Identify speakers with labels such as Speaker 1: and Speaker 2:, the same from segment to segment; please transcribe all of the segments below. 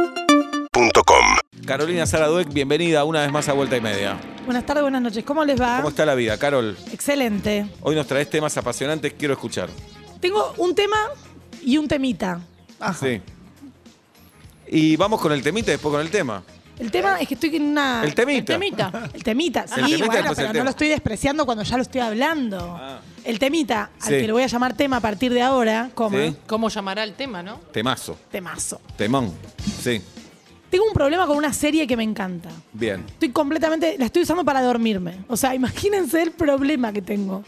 Speaker 1: UrbanaPlayFM.com
Speaker 2: Carolina Saraduec, bienvenida una vez más a Vuelta y Media.
Speaker 3: Buenas tardes, buenas noches. ¿Cómo les va?
Speaker 2: ¿Cómo está la vida, Carol?
Speaker 3: Excelente.
Speaker 2: Hoy nos traes temas apasionantes, quiero escuchar.
Speaker 3: Tengo un tema y un temita.
Speaker 2: Sí. Y vamos con el temita y después con el tema.
Speaker 3: El tema es que estoy en una.
Speaker 2: El temita.
Speaker 3: El temita. El temita, sí,
Speaker 2: El temita,
Speaker 3: bueno,
Speaker 2: después el
Speaker 3: pero no
Speaker 2: tema.
Speaker 3: lo estoy despreciando cuando ya lo estoy hablando.
Speaker 2: Ah.
Speaker 3: El temita, al
Speaker 2: Sí.
Speaker 3: que le voy a llamar tema a partir de ahora, como
Speaker 2: Sí.
Speaker 4: ¿Cómo llamará el tema, no?
Speaker 2: Temazo.
Speaker 3: temazo.
Speaker 2: Temón. Sí.
Speaker 3: Tengo un problema con una serie que me encanta.
Speaker 2: Bien.
Speaker 3: Estoy completamente. La estoy usando para dormirme. O sea, imagínense el problema que tengo.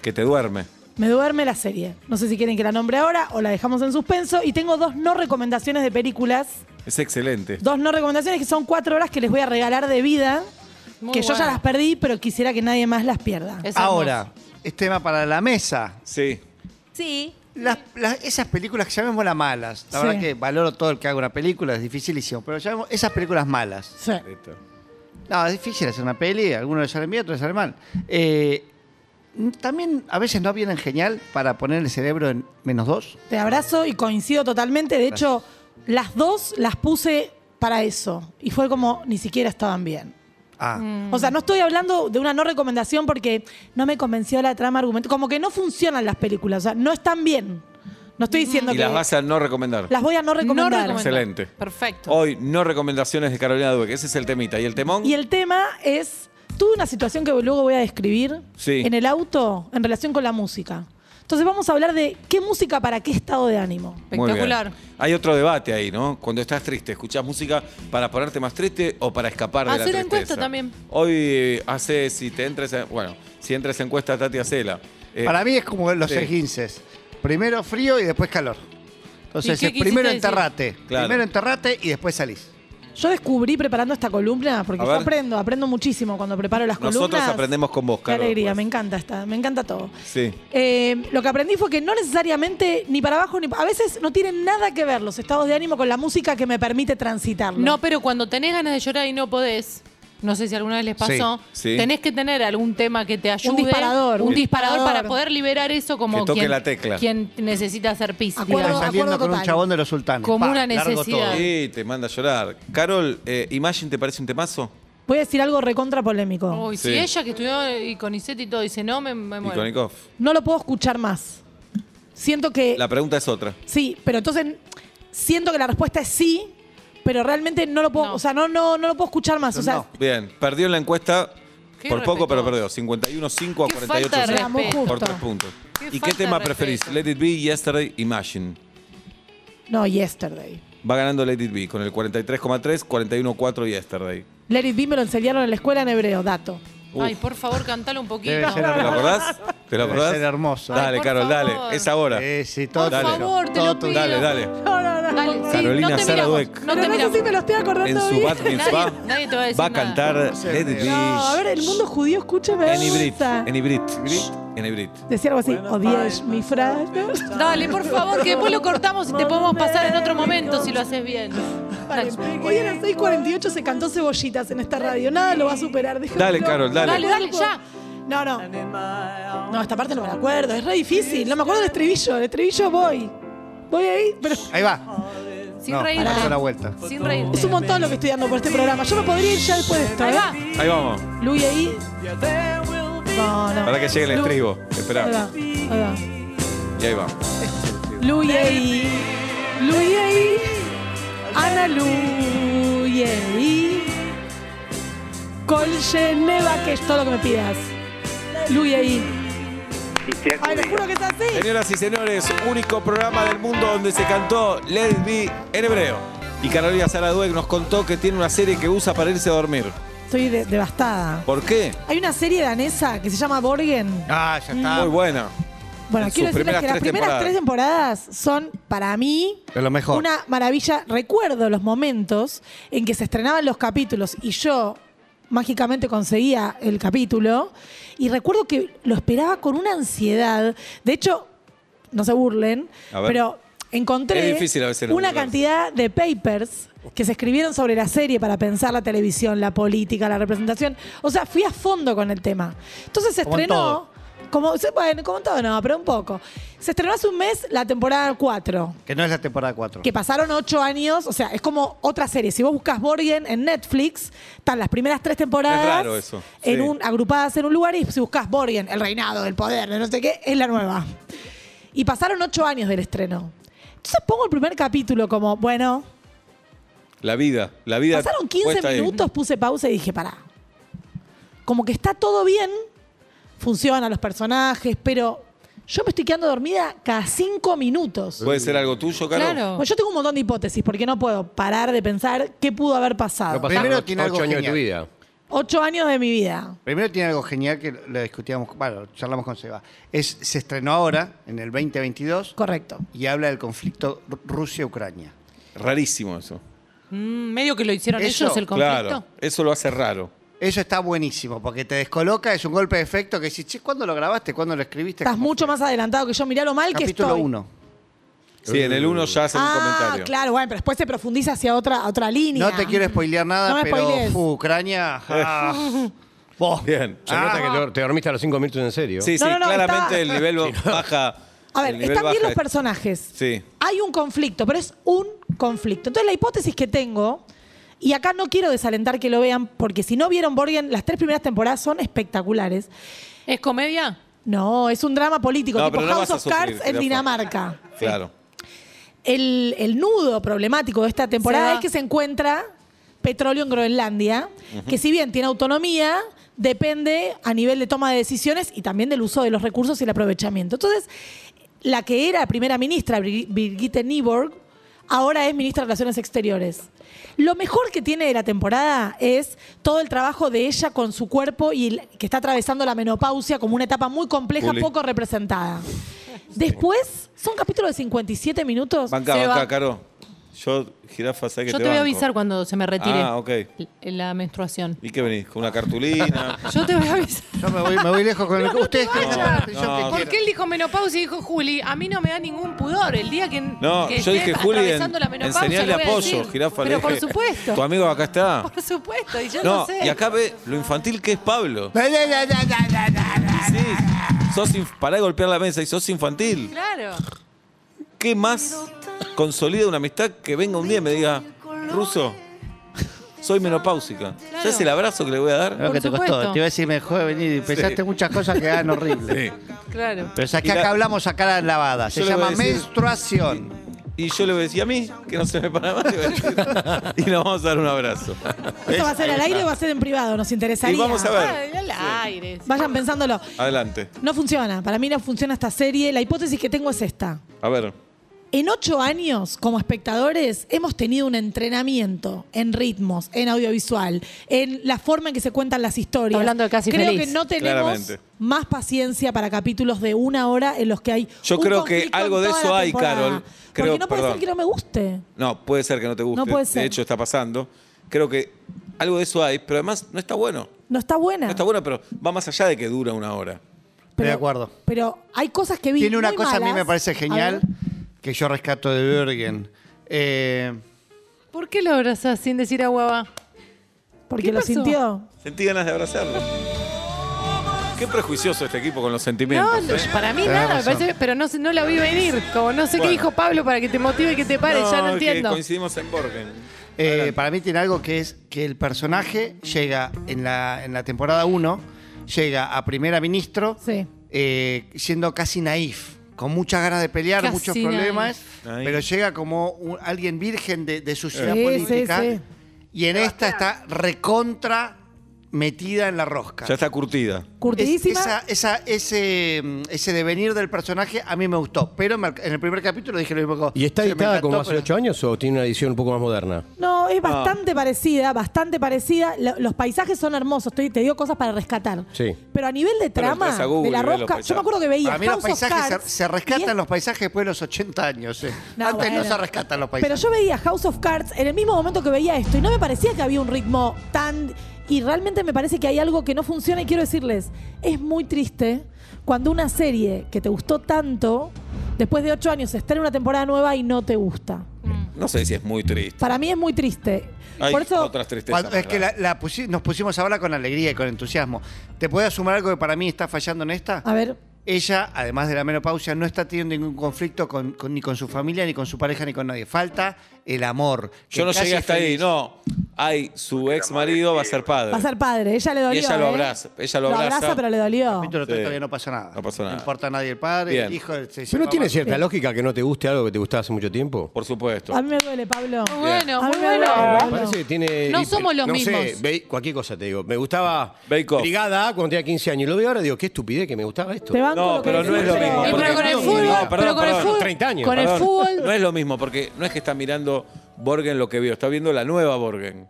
Speaker 2: Que te duerme.
Speaker 3: Me duerme la serie. No sé si quieren que la nombre ahora o la dejamos en suspenso. Y tengo dos no recomendaciones de películas.
Speaker 2: Es excelente.
Speaker 3: Dos no recomendaciones que son cuatro horas que les voy a regalar de vida.
Speaker 4: Muy
Speaker 3: que yo ya
Speaker 4: buena.
Speaker 3: las perdí, pero quisiera que nadie más las pierda.
Speaker 4: Es
Speaker 5: Ahora, es tema para la mesa.
Speaker 2: Sí.
Speaker 6: Sí.
Speaker 5: Las- las- esas películas que llamémoslas malas. La
Speaker 3: Sí.
Speaker 5: verdad que valoro todo el que haga una película, es dificilísimo. Pero llamemos esas películas malas.
Speaker 3: Sí.
Speaker 2: Listo.
Speaker 5: No, es difícil hacer una peli, algunos le salen bien, otros le salen mal. Eh, también a veces no vienen genial para poner el cerebro en menos dos.
Speaker 3: Te abrazo y coincido totalmente. De hecho, las dos las puse para eso. Y fue como ni siquiera estaban bien.
Speaker 5: Ah,
Speaker 4: Mm.
Speaker 3: O sea, no estoy hablando de una no recomendación porque no me convenció la trama argumento. Como que no funcionan las películas. O sea, no están bien. No estoy diciendo
Speaker 2: Y
Speaker 3: que
Speaker 2: las vas a no recomendar.
Speaker 3: las voy a no recomendar.
Speaker 4: recomendar.
Speaker 2: Excelente.
Speaker 4: Perfecto.
Speaker 2: Hoy no recomendaciones de Carolina Dueck. Ese es el temita. ¿Y el temón?
Speaker 3: Y el tema es, tuve una situación que luego voy a describir
Speaker 2: Sí.
Speaker 3: en el auto en relación con la música. Entonces vamos a hablar de qué música para qué estado de ánimo.
Speaker 2: Muy bien.
Speaker 4: Espectacular.
Speaker 2: Hay otro debate ahí, ¿no? Cuando estás triste, ¿escuchás música para ponerte más triste o para escapar de la
Speaker 4: Hacer
Speaker 2: tristeza?
Speaker 4: encuesta también.
Speaker 2: Hoy eh, hace, si te entres, a- bueno, si entras en encuesta, Tati Acela. Eh,
Speaker 5: para mí es como los
Speaker 2: sí.
Speaker 5: esguinces. Primero frío y después calor. Entonces,
Speaker 4: qué
Speaker 5: es primero
Speaker 4: quisiste
Speaker 5: enterrate.
Speaker 2: Claro.
Speaker 5: Primero enterrate y después salís.
Speaker 3: Yo descubrí preparando esta columna, porque
Speaker 2: A
Speaker 3: yo
Speaker 2: ver.
Speaker 3: aprendo, aprendo muchísimo cuando preparo las
Speaker 2: Nosotros
Speaker 3: columnas.
Speaker 2: aprendemos con vos,
Speaker 3: Qué
Speaker 2: Caro,
Speaker 3: alegría,
Speaker 2: después.
Speaker 3: me encanta esta, me encanta todo.
Speaker 2: Sí.
Speaker 3: Eh, lo que aprendí fue que no necesariamente ni para abajo ni pa- a veces no tienen nada que ver los estados de ánimo con la música que me permite transitarlo.
Speaker 4: No, pero cuando tenés ganas de llorar y no podés, no sé si alguna vez les pasó,
Speaker 2: Sí, sí.
Speaker 4: tenés que tener algún tema que te ayude.
Speaker 3: disparador,
Speaker 4: Un
Speaker 3: un
Speaker 4: disparador
Speaker 3: disparador.
Speaker 4: para poder liberar eso como
Speaker 2: Que toque
Speaker 4: quien,
Speaker 2: la tecla.
Speaker 4: quien necesita hacer pis.
Speaker 3: Acuerdo-
Speaker 5: Estás
Speaker 4: digamos.
Speaker 5: saliendo
Speaker 3: acuerdo
Speaker 5: con un
Speaker 3: total.
Speaker 5: chabón de los sultanes.
Speaker 4: Como
Speaker 5: Pa,
Speaker 4: una
Speaker 5: largo
Speaker 4: necesidad.
Speaker 5: todo.
Speaker 2: Sí, te manda a llorar. Carol, eh, Imagine, ¿te parece un temazo?
Speaker 3: Voy a decir algo recontra polémico.
Speaker 4: Uy, si
Speaker 2: Sí.
Speaker 4: ella que estudió y Conicet y todo dice no, me, me
Speaker 2: Y
Speaker 4: muero.
Speaker 2: Konikov.
Speaker 3: No lo puedo escuchar más. Siento que
Speaker 2: La pregunta es otra.
Speaker 3: Sí, pero entonces siento que la respuesta es sí, pero realmente no lo puedo,
Speaker 4: No.
Speaker 3: o sea, no, no, no lo puedo escuchar más. O sea,
Speaker 5: No.
Speaker 2: Bien, perdió en la encuesta.
Speaker 4: Qué
Speaker 2: Por poco, pero
Speaker 4: irrespetuoso.
Speaker 2: perdió. 51-5 a
Speaker 4: Qué falta de
Speaker 2: 48
Speaker 3: Vamos,
Speaker 4: respeto.
Speaker 3: justo.
Speaker 2: por 3 puntos.
Speaker 4: Qué
Speaker 2: ¿Y
Speaker 4: falta
Speaker 2: qué
Speaker 4: de
Speaker 2: tema
Speaker 4: respeto.
Speaker 2: preferís? Let It Be, Yesterday, Imagine.
Speaker 3: no, yesterday.
Speaker 2: Va ganando Let It Be con el 43,3, 41,4 Yesterday.
Speaker 3: Let it be me lo enseñaron en la escuela en hebreo, dato.
Speaker 2: Uf.
Speaker 4: Ay, por favor, cantalo un poquito.
Speaker 5: Debe ser
Speaker 2: ¿Te lo
Speaker 5: hermoso.
Speaker 2: acordás? ¿Te lo
Speaker 5: Debe
Speaker 2: acordás?
Speaker 5: ser hermoso.
Speaker 4: Ay,
Speaker 2: Dale,
Speaker 4: por
Speaker 2: Carol,
Speaker 4: favor.
Speaker 2: dale. Es ahora.
Speaker 5: Sí, sí, todo
Speaker 4: Por
Speaker 2: Dale.
Speaker 5: tuyo.
Speaker 4: favor, te
Speaker 5: Todo
Speaker 4: lo
Speaker 5: tuyo.
Speaker 4: pido.
Speaker 2: Dale, dale.
Speaker 3: No, no, no.
Speaker 4: Dale, sí,
Speaker 2: Carolina
Speaker 4: no te miramos,
Speaker 2: Saraduec.
Speaker 4: No te
Speaker 3: pero no sé
Speaker 4: miramos.
Speaker 3: si me lo estoy
Speaker 2: En
Speaker 3: acordando
Speaker 2: su
Speaker 3: bien.
Speaker 2: bat mitzvah
Speaker 4: Nadie- nadie te va a decir
Speaker 2: va a
Speaker 4: nada.
Speaker 2: cantar Let It Be
Speaker 3: No, a ver, el mundo judío, escúchame.
Speaker 2: en Ibrit.
Speaker 3: esta.
Speaker 2: En Ibrit. En Ibrit.
Speaker 3: Decía algo así, odies mi frase.
Speaker 4: Dale, por favor, que después lo cortamos y te podemos pasar en otro momento si lo haces bien. Dale,
Speaker 3: Hoy a las 6.48 se cantó cebollitas en esta radio. Nada lo va a superar. déjenlo.
Speaker 2: Dale, Carol, dale.
Speaker 4: dale, ya.
Speaker 3: No, no. No, esta parte no me la acuerdo. Es re difícil. No me acuerdo del estribillo. El estribillo voy. Voy ahí, pero
Speaker 5: Ahí va.
Speaker 4: Sin
Speaker 5: no,
Speaker 4: reírte.
Speaker 5: pasó la vuelta.
Speaker 4: Sin reírte.
Speaker 3: es un montón lo que estoy dando por este programa. Yo me podría ir ya después de esto,
Speaker 4: Ahí
Speaker 3: ¿eh?
Speaker 4: va.
Speaker 2: Ahí vamos.
Speaker 3: Luis ahí. No, no.
Speaker 2: Para que llegue el
Speaker 3: Lu-
Speaker 2: estribo.
Speaker 3: Ahí va,
Speaker 2: Esperá.
Speaker 3: ahí va.
Speaker 2: Y ahí va.
Speaker 3: Luis ahí. Luis ahí. Ana Luis ahí. Col Geneva, que es todo lo que me pidas. Luis ahí. Ay, les juro que es así.
Speaker 2: Señoras y señores, único programa del mundo donde se cantó Let It Be en hebreo. Y Carolina Saraduec nos contó que tiene una serie que usa para irse a dormir.
Speaker 3: Estoy de- devastada.
Speaker 2: ¿Por qué?
Speaker 3: Hay una serie danesa que se llama Borgen.
Speaker 5: Ah, ya está.
Speaker 2: Muy buena.
Speaker 3: Bueno,
Speaker 2: En
Speaker 3: quiero
Speaker 2: sus
Speaker 3: decirles
Speaker 2: primeras
Speaker 3: que las
Speaker 2: tres
Speaker 3: primeras
Speaker 2: temporadas.
Speaker 3: tres temporadas son, para mí,
Speaker 5: De lo mejor.
Speaker 3: una maravilla. Recuerdo los momentos en que se estrenaban los capítulos y yo mágicamente conseguía el capítulo. Y recuerdo que lo esperaba con una ansiedad. De hecho, no se burlen,
Speaker 2: A ver.
Speaker 3: pero encontré
Speaker 2: Es difícil a veces no
Speaker 3: una
Speaker 2: burlarse.
Speaker 3: cantidad de papers que se escribieron sobre la serie para pensar la televisión, la política, la representación. O sea, fui a fondo con el tema. Entonces se
Speaker 5: Como en
Speaker 3: estrenó.
Speaker 5: todo.
Speaker 3: Como, se- bueno, como todo no, pero un poco. Se estrenó hace un mes la temporada 4.
Speaker 5: Que no es la temporada 4.
Speaker 3: Que pasaron ocho años, o sea, es como otra serie. Si vos buscas Borgen en Netflix, están las primeras tres temporadas
Speaker 2: Es raro eso,
Speaker 3: En
Speaker 2: sí.
Speaker 3: un, agrupadas en un lugar y si buscas Borgen, el reinado, el poder, de no sé qué, es la nueva. Y pasaron ocho años del estreno. Entonces pongo el primer capítulo como, bueno,
Speaker 2: La vida, la vida.
Speaker 3: pasaron 15
Speaker 2: puesta ahí.
Speaker 3: minutos, puse pausa y dije, pará. Como que está todo bien, funcionan los personajes, pero yo me estoy quedando dormida cada cinco minutos.
Speaker 2: ¿Puede ser algo tuyo, Caro?
Speaker 4: Claro.
Speaker 3: Bueno, yo tengo un montón de hipótesis porque no puedo parar de pensar qué pudo haber pasado.
Speaker 1: No pasaron
Speaker 5: Primero
Speaker 1: ocho-
Speaker 5: tiene algo
Speaker 1: ocho años de
Speaker 5: genial.
Speaker 1: tu vida.
Speaker 3: Ocho años de mi vida.
Speaker 5: Primero tiene algo genial que lo discutíamos, bueno, charlamos con Seba. Es, se estrenó ahora, en el 2022,
Speaker 3: Correcto.
Speaker 5: y habla del conflicto Ru- Rusia-Ucrania.
Speaker 2: Rarísimo eso.
Speaker 4: Mm, medio que lo hicieron
Speaker 5: Eso,
Speaker 4: ellos el conflicto.
Speaker 2: Claro, eso lo hace raro.
Speaker 5: Eso está buenísimo, porque te descoloca, es un golpe de efecto que decís, che, ¿cuándo lo grabaste? ¿Cuándo lo escribiste?
Speaker 3: Estás
Speaker 5: ¿Cómo
Speaker 3: mucho
Speaker 5: fue?".
Speaker 3: más adelantado que yo. Mirá lo mal que estoy.
Speaker 5: Capítulo 1.
Speaker 2: Sí, en el uno ya hacen un
Speaker 3: Ah,
Speaker 2: comentario.
Speaker 3: claro, bueno, pero después se profundiza hacia otra, a otra línea.
Speaker 5: No te quiero spoilear nada,
Speaker 3: No me
Speaker 5: pero
Speaker 3: spoilees.
Speaker 5: fu, Ucrania. ah, vos.
Speaker 2: Bien.
Speaker 1: Se nota que te- te dormiste a los cinco minutos en serio.
Speaker 2: Ah. Sí, sí,
Speaker 3: No, no, no,
Speaker 2: claramente
Speaker 3: está-
Speaker 2: el nivel baja. el
Speaker 3: A ver,
Speaker 2: nivel
Speaker 3: están
Speaker 2: baja
Speaker 3: bien los
Speaker 2: es-
Speaker 3: personajes.
Speaker 2: Sí.
Speaker 3: Hay un conflicto, pero es un conflicto. Entonces la hipótesis que tengo, y acá no quiero desalentar que lo vean, porque si no vieron Borgen, las tres primeras temporadas son espectaculares.
Speaker 4: ¿Es comedia?
Speaker 3: No, es un drama político,
Speaker 2: No,
Speaker 3: tipo
Speaker 2: pero no
Speaker 3: House
Speaker 2: vas a
Speaker 3: of
Speaker 2: sufrir,
Speaker 3: Cards en
Speaker 2: Rafa.
Speaker 3: Dinamarca.
Speaker 2: Claro.
Speaker 3: el, el nudo problemático de esta
Speaker 4: Se
Speaker 3: temporada
Speaker 4: va.
Speaker 3: es que se encuentra petróleo en Groenlandia, que si bien tiene autonomía, depende a nivel de toma de decisiones y también del uso de los recursos y el aprovechamiento. Entonces, la que era primera ministra, Bri- Birgitte Nyborg, ahora es ministra de Relaciones Exteriores. Lo mejor que tiene de la temporada es todo el trabajo de ella con su cuerpo y el- que está atravesando la menopausia como una etapa muy compleja,
Speaker 2: Bullying.
Speaker 3: poco representada. Después, son capítulos de 57 minutos.
Speaker 2: Banca,
Speaker 4: Se va.
Speaker 2: banca, Caro. Yo, jirafa, sé que
Speaker 4: Yo te,
Speaker 2: te
Speaker 4: voy a
Speaker 2: banco.
Speaker 4: avisar cuando se me retire
Speaker 2: Ah, ok.
Speaker 4: l- la menstruación.
Speaker 2: ¿Y qué venís? ¿Con una cartulina?
Speaker 4: Yo te voy a avisar.
Speaker 5: Yo me voy, me voy lejos con el. Ustedes que
Speaker 2: vayas.
Speaker 5: la
Speaker 2: No,
Speaker 5: decisión que
Speaker 2: no.
Speaker 5: quieran.
Speaker 4: Porque él dijo menopausia y dijo Juli, a mí no me da ningún pudor. El día que,
Speaker 2: No,
Speaker 4: que
Speaker 2: yo dije,
Speaker 4: esté
Speaker 2: Juli, en,
Speaker 4: atravesando la
Speaker 2: en
Speaker 4: menopausia,
Speaker 2: señal de
Speaker 4: lo voy a
Speaker 2: apoyo,
Speaker 4: decir.
Speaker 2: jirafa. le
Speaker 4: Pero por
Speaker 2: dije,
Speaker 4: supuesto.
Speaker 2: Tu amigo acá está.
Speaker 4: Por supuesto, y yo no,
Speaker 2: No,
Speaker 4: sé.
Speaker 2: y acá ve lo infantil que es Pablo.
Speaker 5: Da, da, da, da, da, da, da.
Speaker 2: Sí, sos inf- pará de golpear la mesa y sos infantil.
Speaker 4: Claro.
Speaker 2: ¿Qué más consolida una amistad que venga un día y me diga, ruso, soy menopáusica?
Speaker 4: Claro.
Speaker 2: ¿Sabes el abrazo que le voy a dar?
Speaker 5: Lo que te costó.
Speaker 4: supuesto.
Speaker 5: Te iba a decir, me dejó de venir. y Pensaste muchas cosas que eran horribles.
Speaker 2: Sí.
Speaker 4: Claro.
Speaker 5: Pero saqué
Speaker 2: Y la-
Speaker 5: acá hablamos a cara lavada. Se
Speaker 2: Yo le voy a
Speaker 5: llama
Speaker 2: decir-
Speaker 5: menstruación.
Speaker 2: Y yo le voy a decir a mí, que no se me para más, le voy a decir, y nos vamos a dar un abrazo.
Speaker 3: ¿Esto va a ser al aire o va a ser en privado? Nos interesaría.
Speaker 2: Y vamos a ver.
Speaker 4: Ay, al aire.
Speaker 3: Vayan pensándolo.
Speaker 2: Adelante.
Speaker 3: No funciona. Para mí no funciona esta serie. La hipótesis que tengo es esta.
Speaker 2: A ver.
Speaker 3: En ocho años, como espectadores, hemos tenido un entrenamiento en ritmos, en audiovisual, en la forma en que se cuentan las historias.
Speaker 4: Hablando de Casi
Speaker 3: creo
Speaker 4: Feliz.
Speaker 3: que no tenemos
Speaker 2: Claramente.
Speaker 3: más paciencia para capítulos de una hora en los que hay.
Speaker 2: Yo
Speaker 3: un
Speaker 2: creo que
Speaker 3: conflicto en
Speaker 2: algo de
Speaker 3: toda
Speaker 2: eso
Speaker 3: la
Speaker 2: hay,
Speaker 3: temporada.
Speaker 2: Carol. Creo-
Speaker 3: Porque no puede
Speaker 2: perdón.
Speaker 3: ser que no me guste.
Speaker 2: No, puede ser que no te guste.
Speaker 3: No puede ser.
Speaker 2: De hecho, está pasando. Creo que algo de eso hay, pero además no está bueno.
Speaker 3: No está buena.
Speaker 2: No está bueno, pero va más allá de que dura una hora.
Speaker 5: Estoy de acuerdo.
Speaker 3: Pero hay cosas que vi.
Speaker 5: Tiene una
Speaker 3: muy
Speaker 5: cosa a mí
Speaker 3: malas.
Speaker 5: me parece
Speaker 3: A
Speaker 5: genial
Speaker 3: ver.
Speaker 5: que yo rescato de Bergen. Eh,
Speaker 4: ¿Por qué lo abrazás sin decir a guava?
Speaker 3: Porque
Speaker 4: ¿Qué
Speaker 3: lo
Speaker 4: pasó?
Speaker 3: sintió.
Speaker 2: Sentí ganas de abrazarlo. Qué prejuicioso este equipo con los
Speaker 4: No,
Speaker 2: sentimientos.
Speaker 4: no,
Speaker 2: ¿eh?
Speaker 4: para mí
Speaker 5: Tenés
Speaker 4: nada, me
Speaker 5: razón.
Speaker 4: parece, pero no, sé- no la vi venir. Como no sé
Speaker 2: Bueno.
Speaker 4: qué dijo Pablo para que te motive y que te pare, ya no
Speaker 2: es que
Speaker 4: entiendo.
Speaker 2: Coincidimos en Borgen.
Speaker 5: eh, para mí tiene algo que es que el personaje llega en la, en la temporada 1, llega a primera ministro
Speaker 3: Sí.
Speaker 5: eh, siendo casi naif, con muchas ganas de pelear,
Speaker 4: Casi
Speaker 5: muchos problemas,
Speaker 2: naif.
Speaker 5: pero llega como un- alguien virgen de, de su ciudad
Speaker 3: Sí, sí,
Speaker 5: política.
Speaker 3: sí.
Speaker 5: Y en esta está recontra metida en la rosca.
Speaker 2: Ya está curtida.
Speaker 5: Es-
Speaker 3: Curtidísima.
Speaker 5: esa- esa- ese, mm, ese devenir del personaje a mí me gustó. Pero me- en el primer capítulo dije lo mismo. que-
Speaker 1: ¿Y está
Speaker 5: "Che, me
Speaker 1: editada
Speaker 5: encantó,
Speaker 1: como hace
Speaker 5: pero-
Speaker 1: ocho años o tiene una edición un poco más moderna?
Speaker 3: No,
Speaker 2: Ah.
Speaker 3: es bastante parecida, bastante parecida. Lo- los paisajes son hermosos, estoy- te digo cosas para rescatar.
Speaker 1: Sí.
Speaker 3: Pero a nivel de
Speaker 2: Pero
Speaker 3: trama,
Speaker 2: entras a Google
Speaker 3: de la
Speaker 2: y ves los
Speaker 3: rosca, yo
Speaker 2: paisajes.
Speaker 3: me acuerdo que veía
Speaker 5: Para mí los
Speaker 3: House of
Speaker 5: paisajes
Speaker 3: Cards
Speaker 5: se, se
Speaker 3: y
Speaker 5: rescatan
Speaker 3: es-
Speaker 5: los paisajes después de los 80 años. eh.
Speaker 3: No,
Speaker 5: Antes no
Speaker 3: bueno.
Speaker 5: se rescatan los
Speaker 3: Pero
Speaker 5: paisajes.
Speaker 3: yo veía House of Cards en el mismo momento que veía esto y no me parecía que había un ritmo tan... Y realmente me parece que hay algo que no funciona y quiero decirles, es muy triste cuando una serie que te gustó tanto, después de ocho años, está en una temporada nueva y no te gusta.
Speaker 2: No sé si es muy triste.
Speaker 3: Para mí es muy triste.
Speaker 2: Hay
Speaker 3: Por eso,
Speaker 2: otras tristezas.
Speaker 5: Cuando- es
Speaker 2: más
Speaker 5: que la-
Speaker 2: grandes.
Speaker 5: la pusi- nos pusimos ahora con alegría y con entusiasmo. ¿Te puedo sumar algo que para mí está fallando en esta?
Speaker 3: a ver,
Speaker 5: Ella, además de la menopausia, no está teniendo ningún conflicto con- con- ni con su familia, ni con su pareja, ni con nadie. Falta el amor.
Speaker 2: Yo no
Speaker 5: El casi
Speaker 2: llegué hasta ahí,
Speaker 5: feliz.
Speaker 2: no. Ay, su ex marido va a ser padre.
Speaker 3: va a ser padre. Ella le dolió.
Speaker 2: Y ella lo
Speaker 3: ¿eh?
Speaker 2: abraza, ella lo abraza.
Speaker 3: pero le dolió.
Speaker 5: Capítulo tres
Speaker 2: Sí.
Speaker 5: todavía este no pasó nada.
Speaker 2: No pasó nada.
Speaker 5: No importa a nadie el padre,
Speaker 2: Bien.
Speaker 5: el hijo. se
Speaker 1: Pero no
Speaker 5: lleva
Speaker 1: tiene
Speaker 5: mal.
Speaker 1: cierta lógica que no te guste algo que te gustaba hace mucho tiempo.
Speaker 2: Por supuesto.
Speaker 3: A mí me duele, Pablo.
Speaker 4: Muy bueno,
Speaker 3: A mí
Speaker 4: muy
Speaker 3: me duele,
Speaker 4: bueno.
Speaker 1: Me
Speaker 3: Pablo.
Speaker 1: Parece que tiene.
Speaker 4: No
Speaker 1: y-
Speaker 4: somos los
Speaker 1: no Sé,
Speaker 4: mismos.
Speaker 1: ve- cualquier cosa te digo. Me gustaba
Speaker 2: Bake Off.
Speaker 1: Brigada A cuando tenía 15 años. Lo veo ahora y digo, qué estupidez que me gustaba esto.
Speaker 3: Te banco
Speaker 2: No,
Speaker 3: lo que
Speaker 2: pero no
Speaker 3: decís,
Speaker 2: es lo
Speaker 3: pero-
Speaker 2: mismo.
Speaker 4: Y
Speaker 2: porque-
Speaker 4: pero con el
Speaker 2: No,
Speaker 4: fútbol,
Speaker 2: no, perdón,
Speaker 4: pero con
Speaker 2: perdón.
Speaker 4: el fútbol,
Speaker 1: 30 años.
Speaker 4: con el
Speaker 2: Perdón,
Speaker 4: fútbol,
Speaker 2: No es lo mismo, porque no es que está mirando Borgen lo que vio, está viendo la nueva Borgen.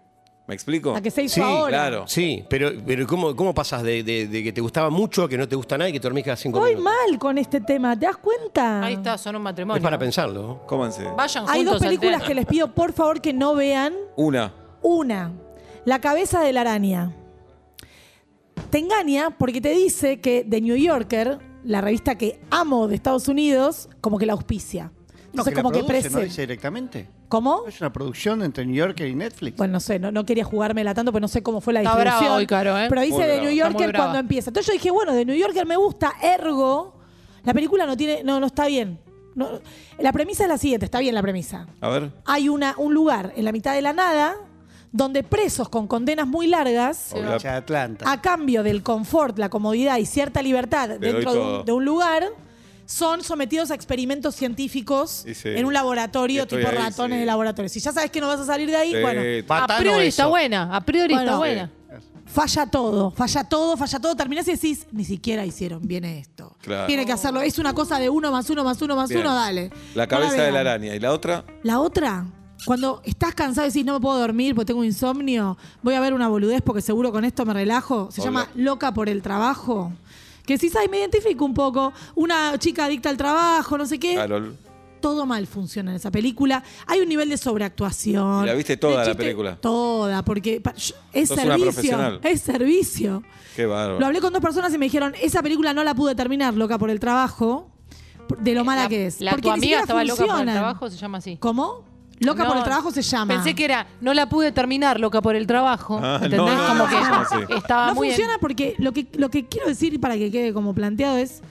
Speaker 2: ¿Me explico?
Speaker 3: La que se hizo
Speaker 1: Sí,
Speaker 3: ahora.
Speaker 2: claro.
Speaker 1: Sí, pero, pero ¿cómo, cómo pasas de, de- de que te gustaba mucho a que no te gusta nada y que te dormís cada cinco
Speaker 3: Voy
Speaker 1: minutos?
Speaker 3: mal con este tema, ¿te das cuenta?
Speaker 4: ahí está, son un matrimonio.
Speaker 1: Es para pensarlo.
Speaker 2: Cómanse.
Speaker 4: Vayan
Speaker 3: Hay dos
Speaker 4: juntos al
Speaker 3: películas
Speaker 4: tema.
Speaker 3: que les pido por favor que no vean.
Speaker 2: Una.
Speaker 3: Una, La cabeza de la araña. Te engaña porque te dice que The New Yorker, la revista que amo de Estados Unidos, como que la auspicia.
Speaker 5: No,
Speaker 3: Entonces,
Speaker 5: que
Speaker 3: como
Speaker 5: la produce,
Speaker 3: que
Speaker 5: no
Speaker 3: presen-
Speaker 5: dice directamente.
Speaker 3: ¿Cómo?
Speaker 5: Es una producción entre New Yorker y Netflix.
Speaker 3: Bueno, no sé, no, no quería jugármela tanto porque no sé cómo fue la
Speaker 4: Está
Speaker 3: distribución.
Speaker 4: brava hoy, Caro, ¿eh?
Speaker 3: Pero
Speaker 2: Muy
Speaker 3: dice de
Speaker 2: brava.
Speaker 3: New
Speaker 4: Está muy
Speaker 3: Yorker
Speaker 4: brava.
Speaker 3: cuando empieza. Entonces yo dije, bueno, de New Yorker me gusta, ergo, la película no tiene, no, no está bien. No- la premisa es la siguiente, está bien la premisa.
Speaker 2: A ver.
Speaker 3: Hay una, un lugar en la mitad de la nada donde presos con condenas muy largas,
Speaker 4: Sí,
Speaker 5: Noche de Atlanta.
Speaker 3: a cambio del confort, la comodidad y cierta libertad
Speaker 2: doy
Speaker 3: dentro de
Speaker 2: todo.
Speaker 3: un, de un lugar, son sometidos a experimentos científicos
Speaker 2: Y sí.
Speaker 3: en un laboratorio
Speaker 2: Estoy
Speaker 3: tipo
Speaker 2: ahí,
Speaker 3: ratones
Speaker 2: sí.
Speaker 3: de laboratorio. Si ya sabes que no vas a salir de ahí,
Speaker 2: Sí,
Speaker 3: bueno,
Speaker 4: A
Speaker 1: Ah,
Speaker 5: Patano
Speaker 4: priori está
Speaker 5: eso.
Speaker 4: buena, a priori está
Speaker 3: Bueno.
Speaker 4: buena.
Speaker 3: falla todo, falla todo, falla todo. Terminás y decís, ni siquiera hicieron bien esto.
Speaker 2: Claro.
Speaker 3: Tiene que hacerlo. Es una cosa de uno más uno más uno más
Speaker 2: Bien.
Speaker 3: uno, dale.
Speaker 2: La
Speaker 3: No
Speaker 2: cabeza de la
Speaker 3: vean.
Speaker 2: araña. ¿Y la otra?
Speaker 3: La otra, cuando estás cansado y decís, no me puedo dormir porque tengo insomnio, voy a ver una boludez porque seguro con esto me relajo. Se
Speaker 2: Hola.
Speaker 3: llama Loca por el Trabajo. Que decís, ay, me identifico un poco. Una chica adicta al trabajo, no sé qué.
Speaker 2: Carol.
Speaker 3: Todo mal funciona en esa película. Hay un nivel de sobreactuación.
Speaker 2: ¿Y la viste toda
Speaker 3: de
Speaker 2: la
Speaker 3: chiste-
Speaker 2: película?
Speaker 3: Toda, porque pa- yo- es
Speaker 2: Sos una profesional.
Speaker 3: servicio. Es servicio.
Speaker 2: Qué bárbaro.
Speaker 3: Lo hablé con dos personas y me dijeron, esa película no la pude terminar, Loca por el Trabajo, de lo mala
Speaker 4: Eh, La-
Speaker 3: que es.
Speaker 4: La,
Speaker 3: porque
Speaker 4: tu
Speaker 3: ni
Speaker 4: amiga
Speaker 3: siquiera
Speaker 4: estaba loca por el
Speaker 3: funcionan.
Speaker 4: trabajo, se llama así.
Speaker 3: ¿Cómo? Loca
Speaker 4: No,
Speaker 3: por el trabajo se llama.
Speaker 4: Pensé que era, no la pude terminar, loca por el trabajo.
Speaker 2: Ah,
Speaker 4: ¿Entendés?
Speaker 2: no, no,
Speaker 4: como
Speaker 2: no,
Speaker 4: que
Speaker 2: no, sí.
Speaker 4: estaba
Speaker 3: no
Speaker 4: muy. en-
Speaker 3: funciona porque lo que, lo que quiero decir para que quede como planteado es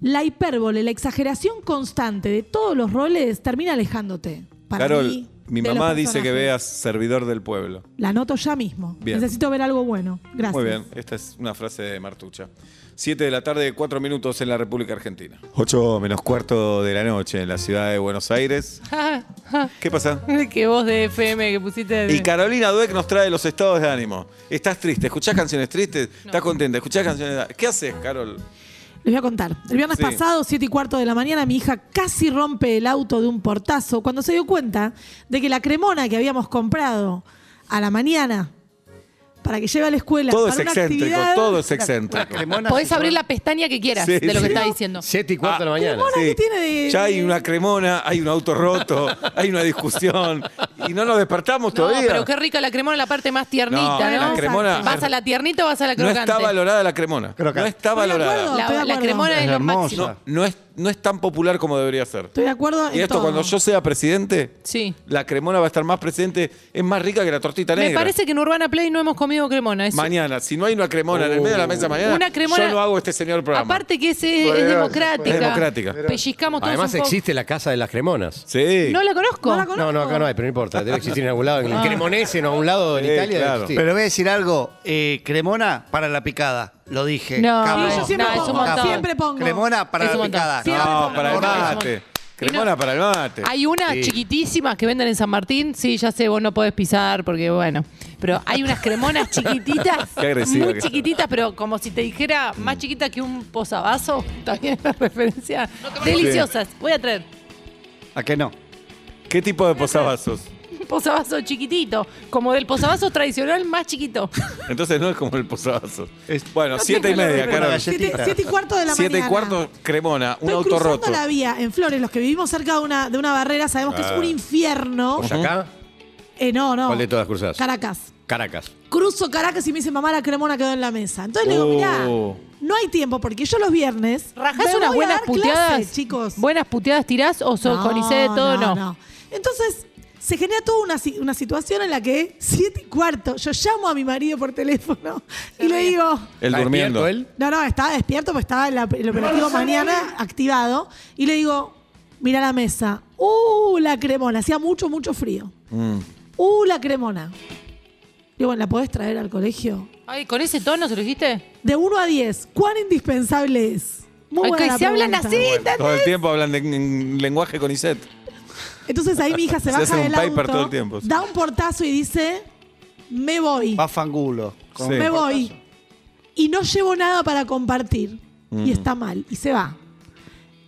Speaker 3: la hipérbole, la exageración constante de todos los roles termina alejándote. Para
Speaker 2: Carol,
Speaker 3: mí,
Speaker 2: mi
Speaker 3: de los
Speaker 2: mamá dice que
Speaker 3: personajes.
Speaker 2: veas Servidor del Pueblo.
Speaker 3: La noto ya mismo.
Speaker 2: Bien.
Speaker 3: Necesito ver algo bueno. Gracias.
Speaker 2: Muy bien, esta es una frase de Martucha. Siete de la tarde, cuatro minutos en la República Argentina. Ocho menos cuarto de la noche en la ciudad de Buenos Aires. ¿Qué pasa?
Speaker 4: que vos de FM que pusiste. de-
Speaker 2: Y Carolina Dueck nos trae los estados de ánimo. ¿Estás triste? ¿Escuchás canciones tristes? ¿Estás contenta? ¿Escuchás canciones? ¿Qué haces, Carol?
Speaker 3: Les voy a contar. El viernes
Speaker 2: Sí.
Speaker 3: pasado, 7 y cuarto de la mañana, mi hija casi rompe el auto de un portazo cuando se dio cuenta de que la cremona que habíamos comprado a la mañana para que lleve a la escuela
Speaker 2: Todo
Speaker 3: para
Speaker 2: es
Speaker 3: una
Speaker 2: excéntrico,
Speaker 3: actividad,
Speaker 2: todo es excéntrico.
Speaker 5: Cremona
Speaker 4: Podés
Speaker 5: se
Speaker 4: abrir
Speaker 5: llama-
Speaker 4: la pestaña que quieras
Speaker 2: Sí,
Speaker 4: de lo que
Speaker 2: sí.
Speaker 4: está diciendo.
Speaker 1: Siete y cuarto
Speaker 2: Ah,
Speaker 1: de la mañana.
Speaker 3: Cremona. que tiene de-
Speaker 2: Ya hay
Speaker 3: de-
Speaker 2: una cremona, hay un auto roto, hay una discusión. Y no nos despertamos
Speaker 4: No,
Speaker 2: todavía.
Speaker 4: pero qué rica la cremona, la parte más tiernita,
Speaker 2: No,
Speaker 4: ¿no?
Speaker 2: la cremona-
Speaker 4: ¿Vas a la tiernita o vas a la
Speaker 2: no
Speaker 4: crocante?
Speaker 2: está valorada la cremona.
Speaker 5: Crocante.
Speaker 2: No está
Speaker 3: Estoy de acuerdo.
Speaker 2: valorada.
Speaker 3: Estoy de
Speaker 4: La, la
Speaker 3: acuerdo.
Speaker 4: cremona es,
Speaker 5: Es
Speaker 4: lo
Speaker 5: hermosa.
Speaker 4: máximo.
Speaker 2: No, no es, no es tan popular como debería ser.
Speaker 3: Estoy de acuerdo.
Speaker 2: Y
Speaker 3: en
Speaker 2: esto
Speaker 3: todo.
Speaker 2: cuando yo sea presidente,
Speaker 4: Sí.
Speaker 2: la cremona va a estar más presente, es más rica que la tortita negra.
Speaker 4: Me parece que en Urbana Play no hemos comido cremona. Es
Speaker 2: Mañana, si no hay una cremona en el medio de la
Speaker 1: Oh.
Speaker 2: mesa mañana,
Speaker 4: Una cremona-
Speaker 2: yo no hago este señor programa.
Speaker 4: Aparte que es, es democrática.
Speaker 2: Es democrática.
Speaker 4: Pellizcamos todos
Speaker 1: Además
Speaker 4: un poco.
Speaker 1: existe la casa de las cremonas.
Speaker 2: Sí.
Speaker 4: No la conozco.
Speaker 3: No la
Speaker 1: No, no, acá no hay, pero no importa. Debe existir en algún lado. En el cremonese, no, a un lado en
Speaker 2: Sí,
Speaker 1: Italia.
Speaker 2: claro.
Speaker 1: Debe existir.
Speaker 5: Pero voy a decir algo. eh, cremona para la picada. Lo dije.
Speaker 4: No.
Speaker 5: Capo.
Speaker 3: Sí, yo siempre,
Speaker 4: No, es un
Speaker 3: pongo,
Speaker 4: montón.
Speaker 3: siempre pongo.
Speaker 5: Cremona para
Speaker 4: Es
Speaker 5: la
Speaker 4: un montón.
Speaker 5: picada.
Speaker 3: Siempre
Speaker 2: No,
Speaker 3: pongo.
Speaker 2: para el
Speaker 4: No, no,
Speaker 2: mate.
Speaker 4: no.
Speaker 2: Cremona para el mate.
Speaker 4: Hay unas
Speaker 1: Sí.
Speaker 4: chiquitísimas que venden en San Martín. Sí, ya sé, vos no podés pisar porque, bueno. Pero hay unas cremonas chiquititas.
Speaker 2: Qué agresiva
Speaker 4: muy
Speaker 2: que
Speaker 4: chiquititas, pero como si te dijera más chiquita que un posavasos. También la referencia. Deliciosas. Voy a traer
Speaker 5: ¿A qué no?
Speaker 2: ¿Qué tipo de posavasos?
Speaker 4: un posavasos chiquitito. Como del posavasos tradicional más chiquito.
Speaker 2: Entonces no es como el posavasos.
Speaker 5: Es-
Speaker 2: Bueno, siete y media,
Speaker 5: Una
Speaker 2: Carol.
Speaker 5: galleta.
Speaker 3: Siete,
Speaker 5: Galletita.
Speaker 3: siete y cuarto de la
Speaker 2: Siete y
Speaker 3: mañana.
Speaker 2: cuarto, cremona, un
Speaker 3: Estoy
Speaker 2: auto
Speaker 3: cruzando
Speaker 2: roto.
Speaker 3: la vía en Flores. Los que vivimos cerca de una, de una barrera sabemos que es un infierno.
Speaker 1: ¿Vos acá?
Speaker 3: Eh, no, no.
Speaker 1: ¿Cuál de todas cruzás?
Speaker 3: Caracas.
Speaker 1: Caracas.
Speaker 3: cruzo Caracas y me dice, mamá, la cremona quedó en la mesa. Entonces le
Speaker 2: Oh.
Speaker 3: digo, mirá, no hay tiempo porque yo los viernes.
Speaker 4: ¿Rajás
Speaker 3: me
Speaker 4: unas
Speaker 3: voy a
Speaker 4: buenas
Speaker 3: dar
Speaker 4: puteadas?
Speaker 3: clase, chicos.
Speaker 4: ¿Buenas puteadas tirás o sos con IC de todo? No.
Speaker 3: Entonces, se genera toda una, si- una situación en la que siete y cuarto, yo llamo a mi marido por teléfono y le digo,
Speaker 2: Él
Speaker 1: ¿Está
Speaker 2: durmiendo.
Speaker 1: despierto él?
Speaker 3: no, no, estaba despierto porque estaba la- el operativo mañana activado. Y le digo, mira la mesa. Uh, la cremona. Hacía mucho, mucho frío.
Speaker 2: Mm.
Speaker 3: Uh, la cremona. Digo, bueno, ¿la podés traer al colegio?
Speaker 4: Ay, ¿con ese tono se lo dijiste?
Speaker 3: De 1 a 10, ¿cuán indispensable es? Muy
Speaker 4: Ay,
Speaker 3: buena
Speaker 4: que
Speaker 3: la
Speaker 4: se hablan
Speaker 3: pregunta.
Speaker 4: así, ¿entendés?
Speaker 2: Todo el tiempo hablan de, en lenguaje con Iset.
Speaker 3: Entonces ahí mi hija se
Speaker 2: Se
Speaker 3: baja
Speaker 2: hace un
Speaker 3: del
Speaker 2: paper
Speaker 3: auto,
Speaker 2: todo el tiempo, sí.
Speaker 3: da un portazo y dice, me voy.
Speaker 5: Va fangulo. Con-
Speaker 2: Sí.
Speaker 3: me voy. Y no llevo nada para compartir.
Speaker 2: Mm.
Speaker 3: Y está mal. Y se va.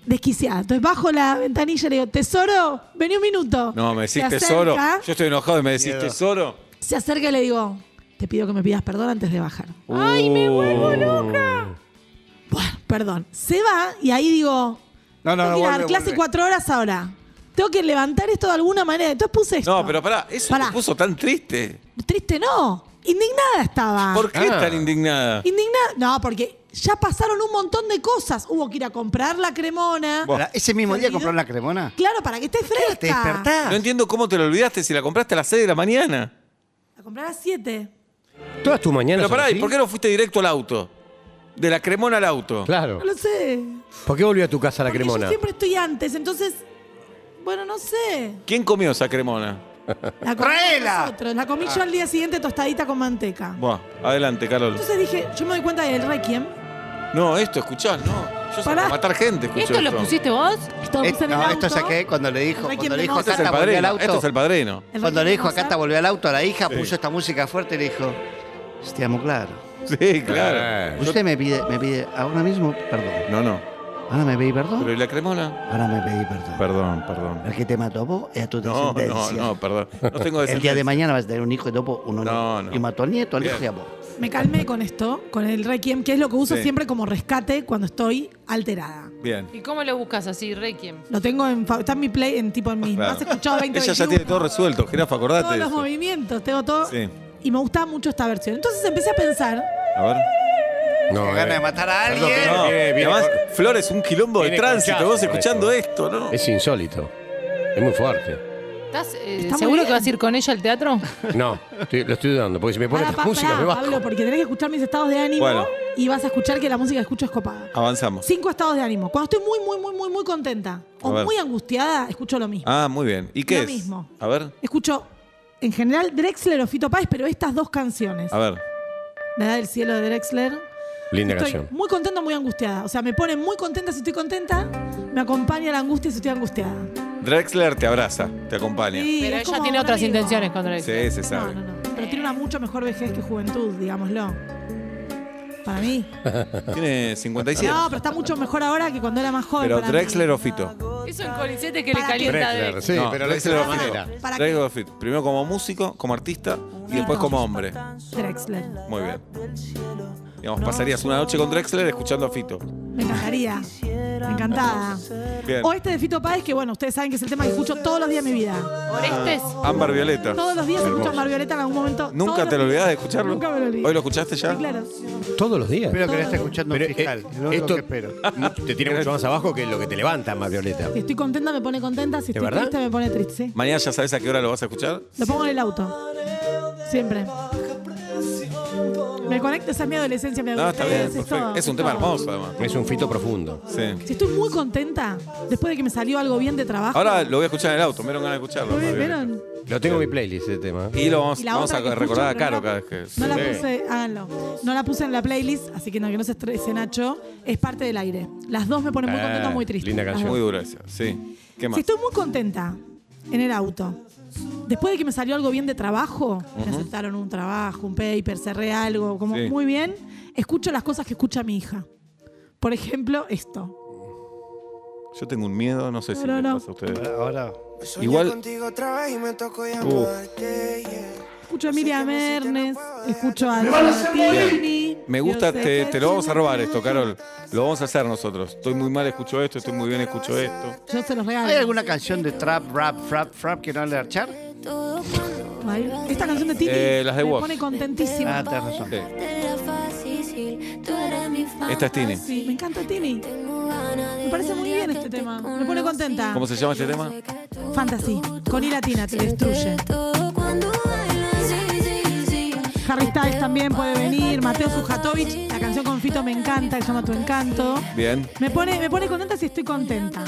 Speaker 3: Desquiciada. Entonces bajo la ventanilla y le digo, tesoro, vení un minuto.
Speaker 2: No, me decís
Speaker 3: Se acerca,
Speaker 2: tesoro. Yo estoy enojado y me decís
Speaker 1: Miedo.
Speaker 2: tesoro.
Speaker 3: Se acerca y le digo, te pido que me pidas perdón antes de bajar.
Speaker 2: Ay, me vuelvo loca.
Speaker 3: Bueno, perdón. Se va y ahí digo,
Speaker 5: No, no,
Speaker 3: tengo
Speaker 5: no,
Speaker 3: que ir a dar
Speaker 5: vuelve,
Speaker 3: clase
Speaker 5: vuelve.
Speaker 3: cuatro horas ahora. Tengo que levantar esto de alguna manera. Entonces puse esto.
Speaker 2: No, pero pará, eso
Speaker 3: Pará.
Speaker 2: te puso tan triste.
Speaker 3: Triste no. Indignada estaba.
Speaker 2: ¿Por qué
Speaker 1: Ah.
Speaker 2: tan indignada?
Speaker 3: Indignada. No, porque ya pasaron un montón de cosas. Hubo que ir a comprar la cremona.
Speaker 2: Vos.
Speaker 5: La- Ese mismo día
Speaker 3: ¿Te olvidó?
Speaker 5: compraron la cremona.
Speaker 3: Claro, para que esté fresca.
Speaker 5: Te despertás.
Speaker 2: No entiendo cómo te lo olvidaste si la compraste a las 6 de la mañana.
Speaker 3: A comprar a 7.
Speaker 1: Todas tus mañanas.
Speaker 2: Pero
Speaker 1: son
Speaker 2: pará, ¿y
Speaker 1: así?
Speaker 2: por qué no fuiste directo al auto? De la cremona al auto.
Speaker 1: Claro.
Speaker 3: No lo sé.
Speaker 1: ¿Por qué volvió a tu casa la
Speaker 3: Porque
Speaker 1: cremona?
Speaker 3: Yo siempre estoy antes, entonces. Bueno, no sé.
Speaker 2: ¿Quién comió esa cremona?
Speaker 3: La comí
Speaker 5: ¡Traela!
Speaker 3: nosotros. La comí yo al día siguiente tostadita con manteca.
Speaker 2: Buah, adelante, Carol.
Speaker 3: Entonces dije, yo me doy cuenta del Requiem.
Speaker 2: No, esto, escuchá, no. Yo sé
Speaker 3: Pará.
Speaker 2: para matar gente, escuché
Speaker 4: ¿Esto lo pusiste vos?
Speaker 3: Esto lo
Speaker 5: Eh,
Speaker 3: puse en el
Speaker 5: no,
Speaker 3: auto.
Speaker 5: esto saqué cuando le dijo,
Speaker 3: Requiem
Speaker 5: cuando le
Speaker 3: de
Speaker 5: dijo
Speaker 3: Mozart.
Speaker 2: Este es
Speaker 5: Cata
Speaker 2: el
Speaker 5: volvió al
Speaker 2: padrino.
Speaker 5: auto.
Speaker 2: Esto es el padrino.
Speaker 3: El
Speaker 5: Cuando le
Speaker 3: Requiem de
Speaker 5: dijo acá
Speaker 3: Mozart.
Speaker 5: Cata volvió al auto a la hija, puso esta música fuerte y le dijo, estiamo claro.
Speaker 1: Eh.
Speaker 2: Sí,
Speaker 1: Claro.
Speaker 2: claro. Yo-
Speaker 5: Usted me pide, me pide ahora mismo perdón.
Speaker 2: No, no.
Speaker 5: Ahora me pedí
Speaker 2: Pero
Speaker 5: perdón.
Speaker 2: ¿y la cremona?
Speaker 5: Ahora me pedí perdón.
Speaker 2: Perdón, perdón.
Speaker 5: El que te mató a vos es a tu
Speaker 2: No, no,
Speaker 5: descendencia.
Speaker 2: no, perdón. No tengo
Speaker 5: El día
Speaker 2: descendencia.
Speaker 5: de mañana vas a tener un hijo y dopo uno
Speaker 2: No,
Speaker 5: no,
Speaker 2: no.
Speaker 5: Y mató al nieto, al hijo y a vos.
Speaker 3: Me calmé con esto, con el Requiem, que es lo que uso
Speaker 2: Sí.
Speaker 3: siempre como rescate cuando estoy alterada.
Speaker 2: Bien.
Speaker 4: ¿Y cómo lo buscas así, Requiem?
Speaker 3: Lo tengo en. fa- Está en mi play, en tipo en mi.
Speaker 2: Claro.
Speaker 3: Has escuchado 20
Speaker 2: Ella ya
Speaker 3: 21?
Speaker 2: tiene todo resuelto. Jirafa, acordate.
Speaker 3: Todos
Speaker 2: de
Speaker 3: los
Speaker 2: eso.
Speaker 3: movimientos, tengo todo.
Speaker 2: Sí.
Speaker 3: Y me gustaba mucho esta versión. Entonces empecé a pensar.
Speaker 2: A ver.
Speaker 1: No,
Speaker 5: Ganas de matar a
Speaker 1: Perdón,
Speaker 5: alguien.
Speaker 2: No,
Speaker 1: Viene, viene
Speaker 2: además,
Speaker 1: con-
Speaker 2: Flores, un quilombo de
Speaker 1: viene con
Speaker 2: tránsito.
Speaker 1: chazo
Speaker 2: Vos
Speaker 1: con
Speaker 2: escuchando
Speaker 1: esto.
Speaker 2: esto, ¿no?
Speaker 1: Es insólito. Es muy fuerte.
Speaker 4: ¿Estás eh,
Speaker 3: Está muy
Speaker 4: seguro que
Speaker 3: bien.
Speaker 4: vas a ir con ella al teatro?
Speaker 1: No, estoy- lo estoy dudando. Porque si me pones
Speaker 3: Pará,
Speaker 1: esta
Speaker 3: pa-
Speaker 1: música,
Speaker 3: pará,
Speaker 1: me bajo.
Speaker 3: Pablo, porque tenés que escuchar mis estados de ánimo
Speaker 2: Bueno. Ah.
Speaker 3: y vas a escuchar que la música que escucho es copada.
Speaker 2: Avanzamos.
Speaker 3: Cinco estados de ánimo. Cuando estoy muy, muy, muy, muy, muy contenta o
Speaker 2: A ver.
Speaker 3: muy angustiada, escucho lo mismo.
Speaker 2: Ah, muy bien. ¿Y qué
Speaker 3: Lo
Speaker 2: es?
Speaker 3: mismo.
Speaker 2: A ver,
Speaker 3: Escucho, en general, Drexler o Fito Páez, pero estas dos canciones.
Speaker 2: a ver.
Speaker 3: La edad del cielo de Drexler.
Speaker 1: Linda
Speaker 3: Estoy
Speaker 1: canción.
Speaker 3: muy contenta, muy angustiada. O sea, me pone muy contenta si estoy contenta, me acompaña la angustia si estoy angustiada.
Speaker 2: Drexler te abraza, te acompaña. Sí,
Speaker 3: Sí,
Speaker 4: Pero
Speaker 3: es
Speaker 4: ella
Speaker 3: como
Speaker 4: tiene
Speaker 3: un
Speaker 4: otras
Speaker 3: amigo.
Speaker 4: intenciones con Requiem.
Speaker 2: se
Speaker 3: No,
Speaker 2: sabe.
Speaker 3: no, no. Pero tiene una mucho mejor vejez que juventud, digámoslo. Para mí.
Speaker 2: Tiene 57.
Speaker 3: No, pero está mucho mejor ahora que cuando era más joven.
Speaker 2: pero
Speaker 3: para mí.
Speaker 2: Drexler o Fito.
Speaker 4: Eso en Colicete que le
Speaker 3: ¿Para qué?
Speaker 4: calienta de...
Speaker 1: Drexler, sí,
Speaker 2: No,
Speaker 1: pero
Speaker 2: Drexler
Speaker 1: de
Speaker 2: o
Speaker 1: otra
Speaker 3: Fito.
Speaker 1: manera.
Speaker 3: ¿Para qué?
Speaker 2: Drexler o Fito. Primero como músico, como artista y después como hombre.
Speaker 3: Drexler.
Speaker 2: Muy bien. Digamos, pasarías una noche con Drexler escuchando a Fito.
Speaker 3: Me encantaría. Encantada.
Speaker 2: Bien.
Speaker 3: O este de Fito Páez, que bueno, ustedes saben que es el tema que escucho todos los días de mi vida.
Speaker 4: Orestes.
Speaker 2: Ámbar Violeta.
Speaker 3: Todos los días escucho a Mar Violeta en algún momento.
Speaker 2: ¿Nunca
Speaker 3: Todos
Speaker 2: te lo
Speaker 3: los días.
Speaker 2: olvidás de escucharlo?
Speaker 3: Nunca me lo olvidé.
Speaker 2: ¿Hoy lo escuchaste ya?
Speaker 3: Sí, claro.
Speaker 1: Todos los días.
Speaker 5: Espero que no esté escuchando un
Speaker 1: Pero, eh,
Speaker 5: fiscal. es lo único
Speaker 1: esto-
Speaker 5: que espero.
Speaker 1: Te tiene mucho más abajo que lo que te levanta, más Violeta.
Speaker 3: Si estoy contenta, me pone contenta. Si
Speaker 1: ¿De
Speaker 3: estoy
Speaker 1: verdad?
Speaker 3: triste, me pone triste. sí.
Speaker 2: Mañana ya sabes a qué hora lo vas a escuchar.
Speaker 3: Lo pongo en el auto. Siempre. Me conecto, esa es mi adolescencia, mi
Speaker 2: No, está
Speaker 3: adolescencia.
Speaker 2: bien.
Speaker 3: es
Speaker 2: perfecto.
Speaker 3: todo,
Speaker 2: Es un tema
Speaker 3: todo.
Speaker 2: hermoso, además.
Speaker 1: Es un fito profundo.
Speaker 2: Sí.
Speaker 3: Si estoy muy contenta, después de que me salió algo bien de trabajo.
Speaker 2: Ahora lo voy a escuchar en el auto. Me dieron ganas de escucharlo. Ámbar Violeta.
Speaker 3: ¿Vieron?
Speaker 1: Lo tengo en mi playlist, ese tema.
Speaker 2: Y lo vamos,
Speaker 3: Y la
Speaker 2: vamos
Speaker 3: otra
Speaker 2: a
Speaker 3: que escucho,
Speaker 2: recordar a
Speaker 3: pero
Speaker 2: Caro
Speaker 3: no la-
Speaker 2: cada vez que.
Speaker 3: No la puse, háganlo. No la puse en la playlist, así que no, que no se estrese Nacho. Es parte del aire. Las dos me
Speaker 2: Ah,
Speaker 3: ponen muy
Speaker 1: Eh,
Speaker 3: contenta, muy triste.
Speaker 1: linda
Speaker 3: Las
Speaker 1: canción.
Speaker 2: Muy
Speaker 3: dos.
Speaker 2: dura esa. Sí. ¿Qué más?
Speaker 3: Si estoy muy contenta en el auto, después de que me salió algo bien de trabajo, me aceptaron un trabajo, un paper, cerré algo, como
Speaker 2: Sí.
Speaker 3: muy bien, escucho las cosas que escucha mi hija. Por ejemplo, esto.
Speaker 2: Yo tengo un miedo, no sé si
Speaker 3: No,
Speaker 2: me
Speaker 3: no, no.
Speaker 2: pasa a ustedes.
Speaker 5: Ahora.
Speaker 6: Soñé
Speaker 2: Igual- Uh,
Speaker 6: contigo otra vez y me tocó llamarte, yeah.
Speaker 3: Escucho a Miriam Ernest,
Speaker 5: eh,
Speaker 3: escucho a Martini.
Speaker 2: Me gusta, te, te lo vamos a robar esto, Carol. Lo vamos a hacer nosotros. Estoy muy mal, escucho esto, estoy muy bien, escucho esto.
Speaker 3: Yo se los regalo.
Speaker 5: ¿Hay alguna canción de trap, rap, frap, frap que no le archar?
Speaker 3: Ay, Esta canción de Tini
Speaker 2: Eh, las de
Speaker 3: me
Speaker 2: Woz.
Speaker 3: pone contentísima.
Speaker 5: Ah, tenés razón.
Speaker 2: Sí. Esta
Speaker 7: Esta
Speaker 2: Eh, es Tini.
Speaker 3: Ah, Sí, me encanta Tini. Me parece muy bien este tema. Me pone contenta.
Speaker 2: ¿Cómo se llama este tema?
Speaker 3: Fantasy. Con I latina te destruye. Harry Styles también puede venir. Mateo Sujatovich, la canción con Fito me encanta, que se llama Tu Encanto.
Speaker 2: Bien.
Speaker 3: Me pone, me pone contenta si estoy contenta.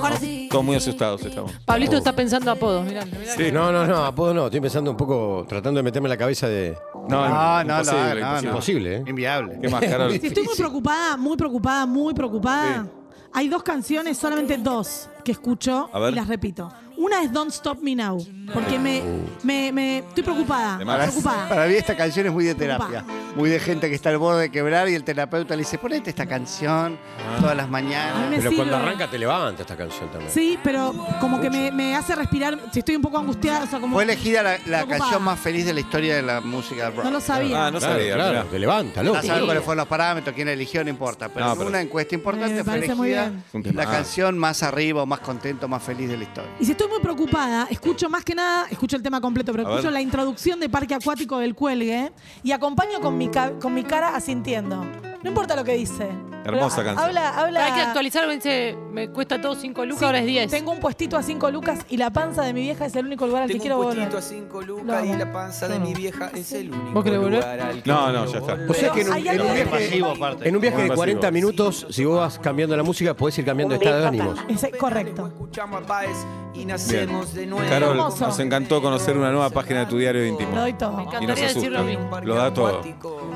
Speaker 3: Ahora sí.
Speaker 2: Todos muy asustados estamos.
Speaker 4: Pablito está pensando apodos, mirá. mirá.
Speaker 2: Sí.
Speaker 1: No, no, no, apodo no. Estoy pensando un poco, tratando de meterme en la cabeza de.
Speaker 2: No,
Speaker 5: Ah, No, no,
Speaker 2: imposible,
Speaker 5: no, no,
Speaker 2: imposible.
Speaker 5: no.
Speaker 1: Imposible, ¿eh?
Speaker 5: Inviable.
Speaker 2: Qué más caro.
Speaker 3: Si estoy muy preocupada, muy preocupada, muy preocupada.
Speaker 2: Sí.
Speaker 3: Hay dos canciones, solamente dos, que escucho
Speaker 2: A ver.
Speaker 3: y las repito. Una es Don't Stop Me Now, porque me, me, me- estoy preocupada,
Speaker 2: De más.
Speaker 5: Para,
Speaker 3: preocupada.
Speaker 5: para mí esta canción es muy de terapia. Muy de gente que está al borde de quebrar y el terapeuta le dice, ponete esta canción
Speaker 2: Ah.
Speaker 5: todas las
Speaker 3: A mí
Speaker 5: mañanas.
Speaker 3: me
Speaker 1: Pero cuando
Speaker 3: sirve.
Speaker 1: arranca te levanta esta canción también.
Speaker 3: Sí, pero como que me, me hace respirar, si estoy un poco angustiada, o sea, como...
Speaker 5: Fue elegida la, la
Speaker 3: Ocupada.
Speaker 5: canción más feliz de la historia de la música rock.
Speaker 3: No lo sabía.
Speaker 2: Ah, no
Speaker 1: Claro,
Speaker 2: sabía.
Speaker 1: claro,
Speaker 2: mirá.
Speaker 1: te levanta, loco.
Speaker 5: Ya saben cuáles fueron los parámetros, quién eligió, no importa. Pero,
Speaker 2: No,
Speaker 5: en
Speaker 2: pero-
Speaker 5: una encuesta importante
Speaker 3: Me
Speaker 5: fue
Speaker 3: parece muy
Speaker 5: elegida
Speaker 3: bien.
Speaker 2: Un
Speaker 5: la
Speaker 2: tema.
Speaker 5: canción más arriba, o más contento, más feliz de la historia.
Speaker 3: Y si estoy muy preocupada, escucho más que nada, escucho el tema completo, pero
Speaker 2: A
Speaker 3: escucho
Speaker 2: ver.
Speaker 3: la introducción de Parque Acuático del Cuelgue y acompaño con mi, ca- con mi cara asintiendo. No importa lo que dice.
Speaker 2: Hermosa
Speaker 3: Pero ha-
Speaker 2: canción.
Speaker 3: Habla, habla.
Speaker 4: Hay que actualizar, dice, me cuesta todo 5 lucas, ahora es 10.
Speaker 3: Tengo un puestito a 5 lucas y la panza de mi vieja es el único lugar al que
Speaker 7: Tengo
Speaker 3: quiero
Speaker 7: un
Speaker 3: volver.
Speaker 7: puestito a 5
Speaker 3: Lo
Speaker 7: lucas
Speaker 3: amo.
Speaker 7: y la panza de mi vieja es el único
Speaker 4: ¿Vos querés volver?
Speaker 7: lugar al que
Speaker 2: No,
Speaker 7: quiero
Speaker 2: no, ya está.
Speaker 7: volver.
Speaker 1: Vos sabés que en un,
Speaker 3: Hay
Speaker 1: en un
Speaker 3: algo
Speaker 1: viaje,
Speaker 5: Pasivo, aparte.
Speaker 1: en un viaje
Speaker 2: Muy
Speaker 1: de
Speaker 2: pasivo.
Speaker 1: 40 minutos, si vos vas cambiando la música, podés ir cambiando de estado de ánimos.
Speaker 3: Ese- correcto.
Speaker 7: Escuchamos a Páez y nacemos de nuevo.
Speaker 2: Carol,
Speaker 3: Hermoso.
Speaker 2: nos encantó conocer una nueva página de tu diario
Speaker 7: pues.
Speaker 3: Te
Speaker 2: íntimo.
Speaker 3: doy todo.
Speaker 2: Y nos
Speaker 4: Encantaría decir
Speaker 2: asusta.
Speaker 4: lo mismo.
Speaker 2: Lo da todo.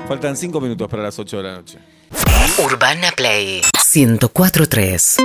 Speaker 2: Faltan cinco minutos para las 8 de la noche.
Speaker 8: Urbana Play 104.3